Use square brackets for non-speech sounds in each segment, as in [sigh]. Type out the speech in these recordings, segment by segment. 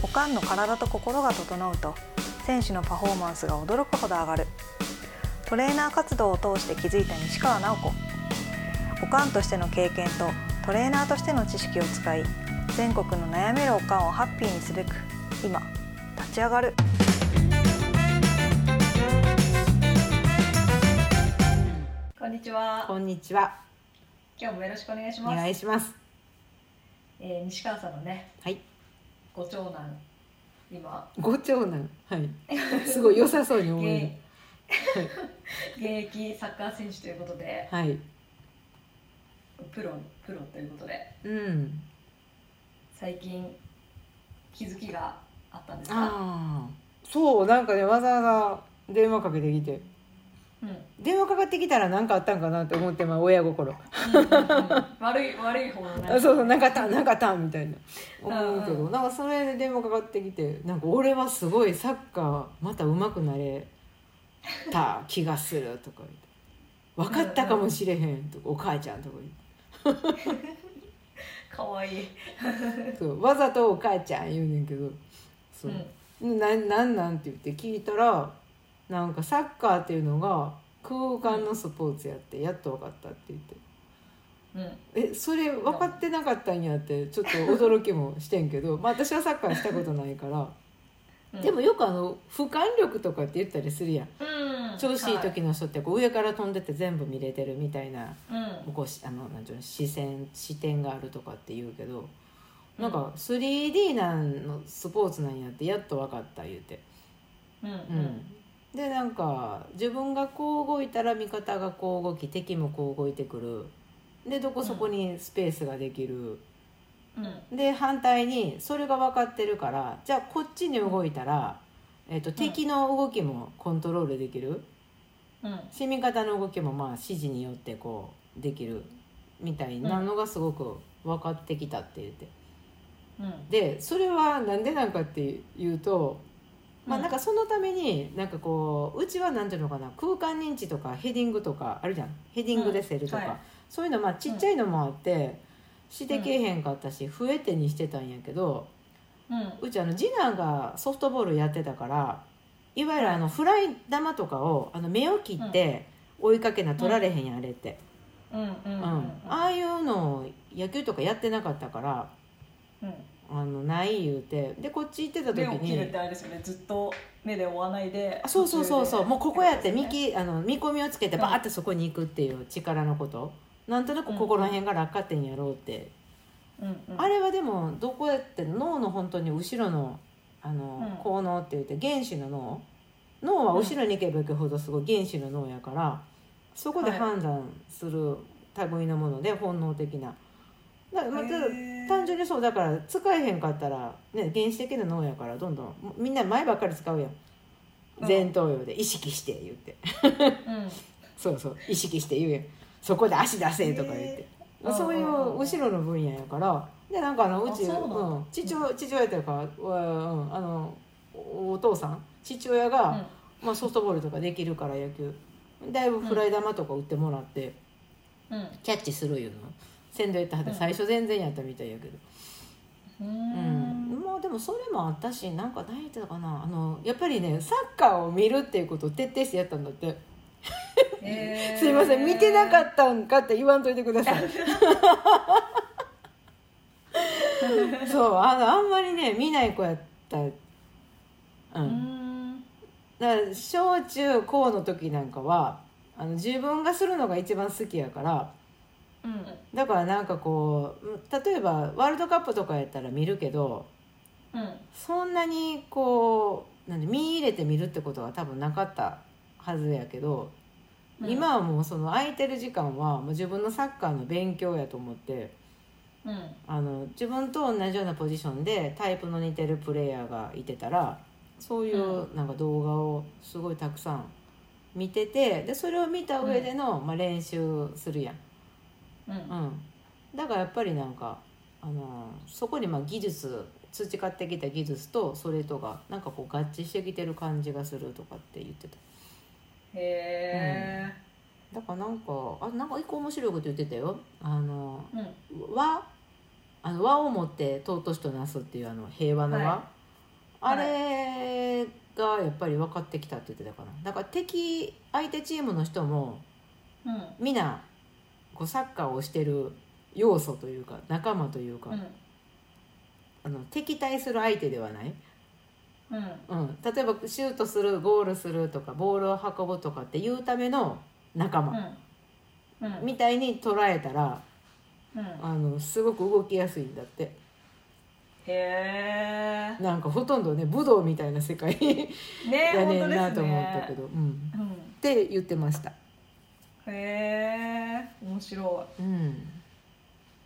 股間の体と心が整うと選手のパフォーマンスが驚くほど上がるトレーナー活動を通して気づいた西川直子おかんとしての経験とトレーナーとしての知識を使い全国の悩めるおかんをハッピーにすべく今立ち上がるこんにちはこんにちは。今日もよろしくお願いしおます、願いします。えー西川さんのねはい。ご長男今ご長男。 [laughs] はい。すごい良さそうに思える。現役 [laughs] サッカー選手ということではい。プロプロということでうん。最近気づきがあったんですか、ああ。そう、なんかね、わざわざ電話かけてきうて。んうん [laughs] 電話かかってきたら、何かあったんかなと思って、まあ、親う心。んうん、悪い悪い方のあ、そうそう、なんかあった、なんかあったみたいな。思うけうんうど、なんか、それで電話かかってきて、なんか、俺はすごいサッカー、また上手くなれ。た気がするとか言って。 [laughs] 分かったかもしれへんとか、お母ちゃんとか言って。かわいい、そうわざとお母ちゃん言うねんけどそうう、ん、ななんなんって言って聞いたらなんかサッカーっていうのが空間のスポーツやってやっと分かったって言ってうんえそれ分かってなかったんやってちょっと驚きもしてんけ [laughs] ど、まあ、私はサッカーしたことないから、うん、でもよくあの俯瞰力とかって言ったりするやんうん調子いい時の人ってこう上から飛んでて全部見れてるみたいなはいこうしあのなんていうの視線視点があるとかって言うけどなんか 3D なんのスポーツなんやってやっと分かった言うて、うんうんうん、でなんか自分がこう動いたら味方がこう動き敵もこう動いてくるでどこそこにスペースができうる、んで反対にそれが分かってるからじゃあこっちに動いたら、えっと敵の動きもコントロールできる。うん市民方の動きもまあ指示によってこうできるみたいなのがすごく分かってきたって言ってうんでそれはなんでなんかっていうと、まあ、なんかそのためになんかこううちはなんていうのかな空間認知とかヘディングとかあるじゃんヘディングでセルとか、うんはいそういうのまあちっちゃいのもあって、してけえへんかったし増えてにしてたんやけどうんうちあの次男がソフトボールやってたからいわゆるあのフライ玉とかをあの目を切って追いかけな取られへんやんあれって、うんうんううんんああいうのを野球とかやってなかったからうんあのない言うてでこっち行ってた時目を切るっにてあれですよねずっと目で追わないであそうそうそうそうもうここやって見,、見あの見込みをつけてバーってそこに行くっていう力のことなんとなくここら辺が落下点やろうって、うんうん、あれはでもどこやって脳の本当に後ろのあの、うん効能って言って原子の脳脳は後ろに行けば行くほどすごい原子の脳やからそこではい判断する類のもので本能的な。だからまあただへー単純にそうだから使えへんかったら、ね、原始的な脳やからどんどんみんな前ばっかり使うやんうん前頭葉で意識して言ってうんそうそう意識して言うやんそこで足出せとか言って、えーそういううんうんうんうん後ろの分野やからでなんかあのうちあそうなんだん、父親父親というか、うん、あのおお父さん父親が、うんまあ、ソフトボールとかできるから野球だいぶフライ玉とか打ってもらって、うんキャッチするいうの先導やったはってうん最初全然やったみたいやけど、うーうんんまあでもそれもあったしなんか何言ってたかなあのやっぱりねサッカーを見るっていうことを徹底してやったんだって。へー [laughs] すいません見てなかったんかって言わんといてくださ [laughs] いそうあのあんまりね見ない子やったうんうーんだから小中高の時なんかはあの自分がするのが一番好きやからうんだからなんかこううん例えばワールドカップとかやったら見るけどうんそんなにこうなんで見入れて見るってことは多分なかったはずやけど、うん今はもうその空いてる時間はもう自分のサッカーの勉強やと思ってうんあの自分と同じようなポジションでタイプの似てるプレイヤーがいてたらそういうなんか動画をすごいたくさん見ててでそれを見た上での、まあ、練習するやん。うんうん、だからやっぱりなんか、あのーそこにまあ技術培ってきた技術とそれとがなんかこう合致してきてる感じがするとかって言ってたへだからなんかあなんか一個面白いこと言ってたよ「あのーうんー和」あの和をもって尊しとなすっていうあの平和の和、はあれがやっぱり分かってきたって言ってたかなだから敵相手チームの人もうん皆こうサッカーをしてる要素というか仲間というか、うあの敵対する相手ではない、んうん、例えばシュートするゴールするとかボールを運ぶとかっていうための仲間うんうんみたいに捉えたらうんあのすごく動きやすいんだってへなんかほとんどね武道みたいな世界 [laughs] えねや本ね当んでなすと思ったけねど、うん、うんって言ってました。へえ面白うん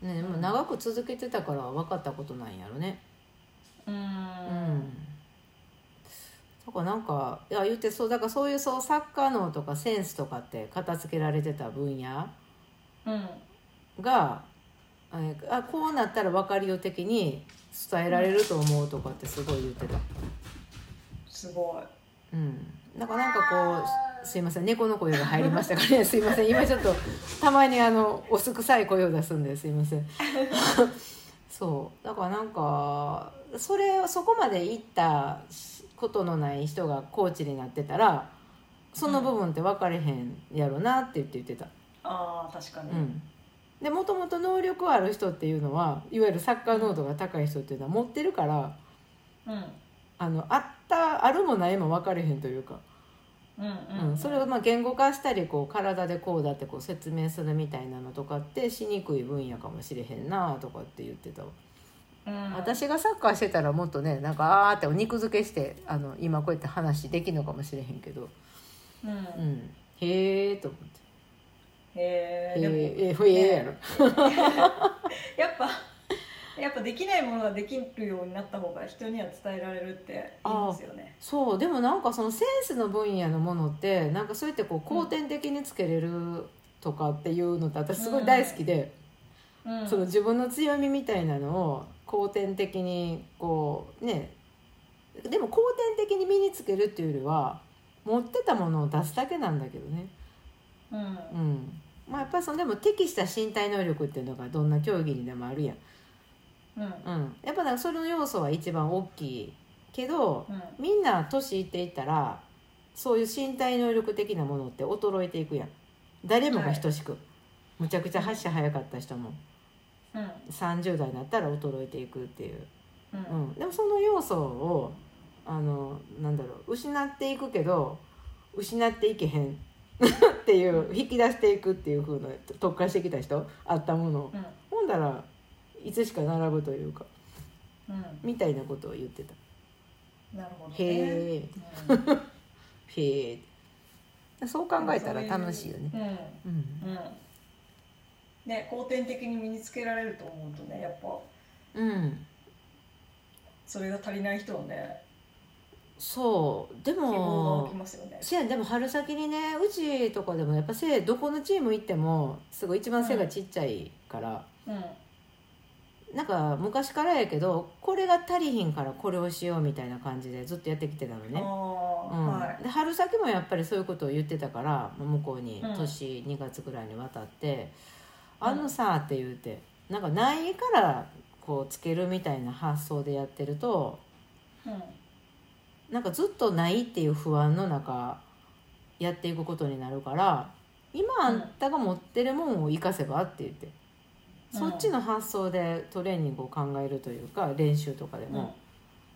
ね、でもうん長く続けてたから分かったことなんやろねいううんんだからなんかいや言ってそうだからそういうそうサッカー能とかセンスとかって片付けられてた分野うんがえーあこうなったら分かりよ的に伝えられると思うとかってすごい言ってた、すごいうん、だからなんかこうすいません猫の声が入りましたからね [laughs] すいません今ちょっとたまにあのおすくさい声を出すんですいませんそうだからなんかそれをそこまで行ったことのない人がコーチになってたらその部分って分かれへんやろなって言って言ってたあー確かにうん、でもともと能力ある人っていうのはいわゆるサッカー濃度が高い人っていうのは持ってるからうんあのあったあるもないも分かれへんというか、うんうんそれをまあ言語化したりこう体でこうだってこう説明するみたいなのとかってしにくい分野かもしれへんなとかって言ってたわ、うん私がサッカーしてたらもっとねなんかあーってお肉付けしてあの今こうやって話できるのかもしれへんけど、うんうん、へえと思って。へへえーでもえーへえやろやっぱやっぱできないものができるようになった方が人には伝えられるって言いますよねそうでもなんかそのセンスの分野のものってなんかそうやってこう後天的につけれるとかっていうのって私すごい大好きで、うんその自分の強みみたいなのを後天的にこうねでも後天的に身につけるっていうよりは持ってたものを出すだけなんだけどね、うんうんまあ、やっぱりそのでも適した身体能力っていうのがどんな競技にでもあるやん、うんうん、やっぱだからそれの要素は一番大きいけどうんみんな年いっていったらそういう身体能力的なものって衰えていくやん誰もが等しく、むちゃくちゃ発射早かった人もうん30代になったら衰えていくっていう、うんう、ん、でもその要素をあのなんだろう失っていくけど失っていけへん [laughs] っていう引き出していくっていう風な特化してきた人あったものをうんほんだらいつしか並ぶというかうんみたいなことを言ってた。なるほどねへーうんへえそう考えたら楽しいよね。うんうんうんね後天的に身につけられると思うとねやっぱうん、それが足りない人はねそうで希望が起もきますよねせやでも春先にねうちとかでもやっぱ背どこのチーム行ってもすごい一番背がちっちゃいから、うんなんか昔からやけどこれが足りひんからこれをしようみたいな感じでずっとやってきてたのあね。あ、うんはいで春先もやっぱりそういうことを言ってたから向こうにうん年2月ぐらいに渡って「うんあのさ」って言うてなんかないからこうつけるみたいな発想でやってるとうんなんかずっとないっていう不安の中やっていくことになるから今あんたが持ってるもんを生かせばって言って、うんそっちの発想でトレーニングを考えるというか練習とかでも、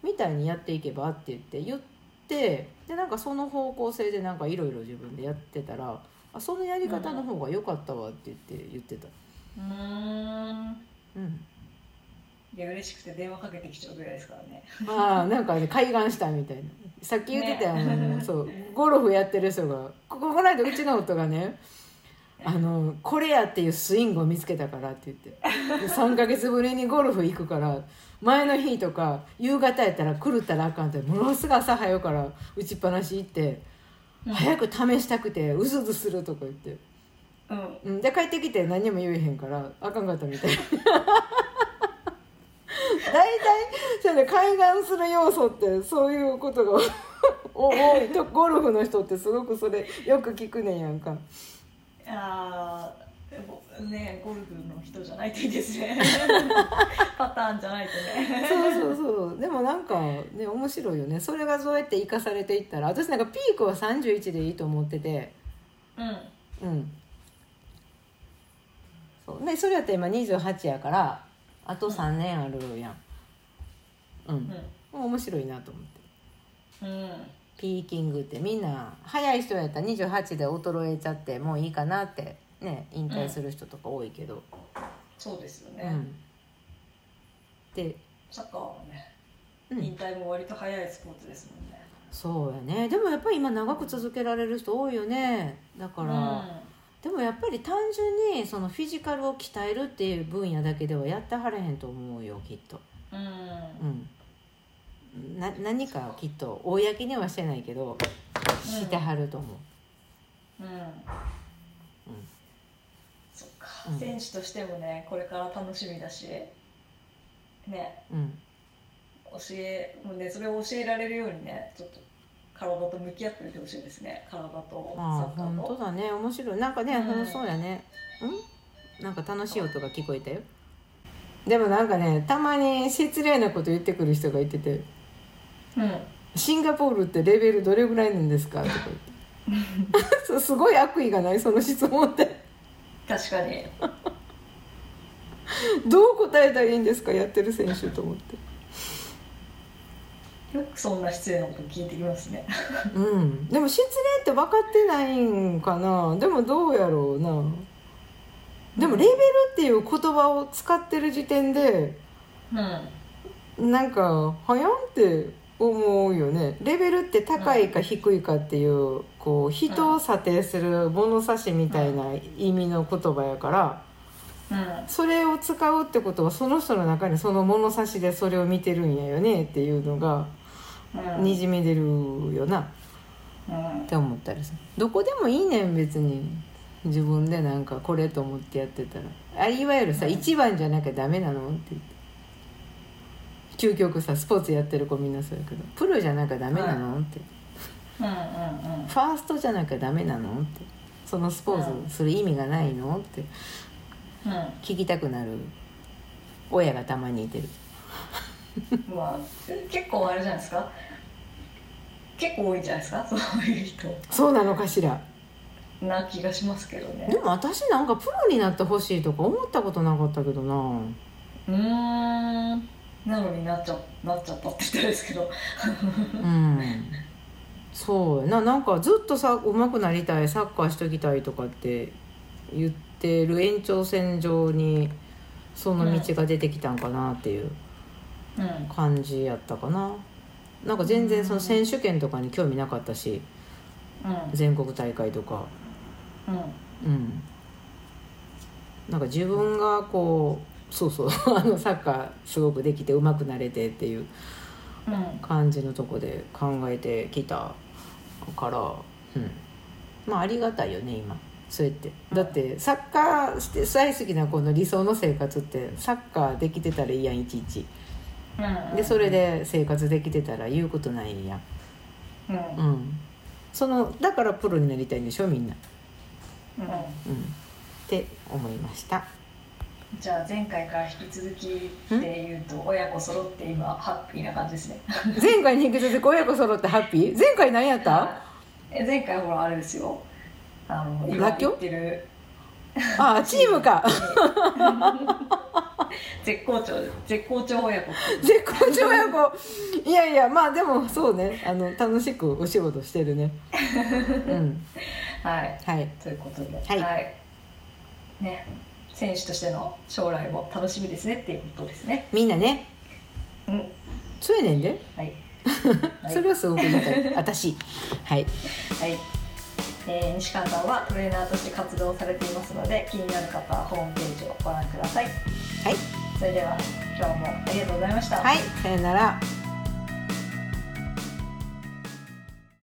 みたいにやっていけばって言って言ってでなんかその方向性でなんかいろいろ自分でやってたらあそのやり方の方が良かったわって言って言ってた。うんううんーんいや嬉しくて電話かけてきちゃうぐらいですからねああなんかね開眼したみたいなさっき言ってた、ねあのそうゴルフやってる人がこここないとうちの夫がねあのこれやっていうスイングを見つけたからって言って3ヶ月ぶりにゴルフ行くから前の日とか夕方やったら狂ったらあかんってものすごい朝早うから打ちっぱなし行ってうん早く試したくてうずうずするとか言って、うんうん、で帰ってきて何にも言えへんからあかんかったみたい大体そうね海岸する要素ってそういうことがお多いとゴルフの人ってすごくそれよく聞くねんやんかああねゴルフの人じゃないといいです [laughs] ねパターンじゃないとねそうそうそうでもなんかね面白いよねそれがそうやって生かされていったら私なんかピークは31でいいと思っててうんうんそうねそれやったら今28やからあと3年あるやんうん、もう面白いなと思ってうんうんピーキングってみんな早い人やったら28で衰えちゃってもういいかなってね引退する人とか多いけど、そうですようんね、で、サッカーはねうん引退も割と早いスポーツですもんねそうやねでもやっぱり今長く続けられる人多いよねだから、でもやっぱり単純にそのフィジカルを鍛えるっていう分野だけではやってはれへんと思うよきっと、うん、うんうん、な何かをきっと公にはしてないけどしてはると思う、うんうんそっか、うん選手としてもねこれから楽しみだしねうん、教えもうねそれを教えられるようにねちょっと体と向き合ってみてほしいですね体とサあッあカー本と当だね面白いなんかね、ほんうんそうやねうんなんか楽しい音が聞こえたよでもなんかねたまに失礼なこと言ってくる人がいててうん「シンガポールってレベルどれぐらいなんですか?」とか言ってそうすごい悪意がないその質問って確かにどう答えたらいいんですかやってる選手と思ってよくそんな失礼なこと聞いてきますねうんでも失礼って分かってないんかなでもどうやろうなでもレベルっていう言葉を使ってる時点でうんなんか早んって思うよねレベルって高いか低いかっていうこう人を査定する物差しみたいな意味の言葉やからうんそれを使うってことはその人の中にその物差しでそれを見てるんやよねっていうのがうんにじみ出るよなうんって思ったりするどこでもいいねん別に自分でなんかこれと思ってやってたらあいわゆるさ一番じゃなきゃダメなのって言って究極さスポーツやってる子みんなそうやけどプロじゃなきゃダメなのってうんうんうんファーストじゃなきゃダメなのってそのスポーツする意味がないのって聞きたくなる親がたまにいてるうんまあ結構あれじゃないですか結構多いんじゃないですかそういう人そうなのかしらな気がしますけどねでも私なんかプロになってほしいとか思ったことなかったけどなうーんなのになっちゃなっちゃったって言ったらですけどうんそうやななんかずっとさ上手くなりたいサッカーしときたいとかって言ってる延長線上にその道が出てきたんかなっていううん感じやったかななんか全然その選手権とかに興味なかったしう全国大会とかんうんうんなんか自分がこうそう [laughs] そうあのサッカーすごくできて上手くなれてっていううん感じのとこで考えてきたから、うん、まあありがたいよね今そうやってだってサッカーして大好きな子の理想の生活ってサッカーできてたらいいやんいちいちうんでそれで生活できてたら言うことないやん、うんうんうん、そのだからプロになりたいんでしょみんな、うん、って思いま [laughs] したじゃあ前回から引き続きで言うと親子揃って今ハッピーな感じですね前回に引き続き親子揃ってハッピー前回何やったえ前回ほらあれですよあの今らっきょ言ってるああチームか絶好調絶好調親子っていう絶好調親子いやいやまあでもそうねあの楽しくお仕事してるねうんはいはいということではいね選手としての将来も楽しみですねっていうことですねみんなねうんそうやねんで、 [laughs] はいはいそれはすごく言いた [laughs] い私はいはい、えー西川さんはトレーナーとして活動されていますので気になる方はホームページをご覧くださいはいそれでは今日もありがとうございましたはいさよなら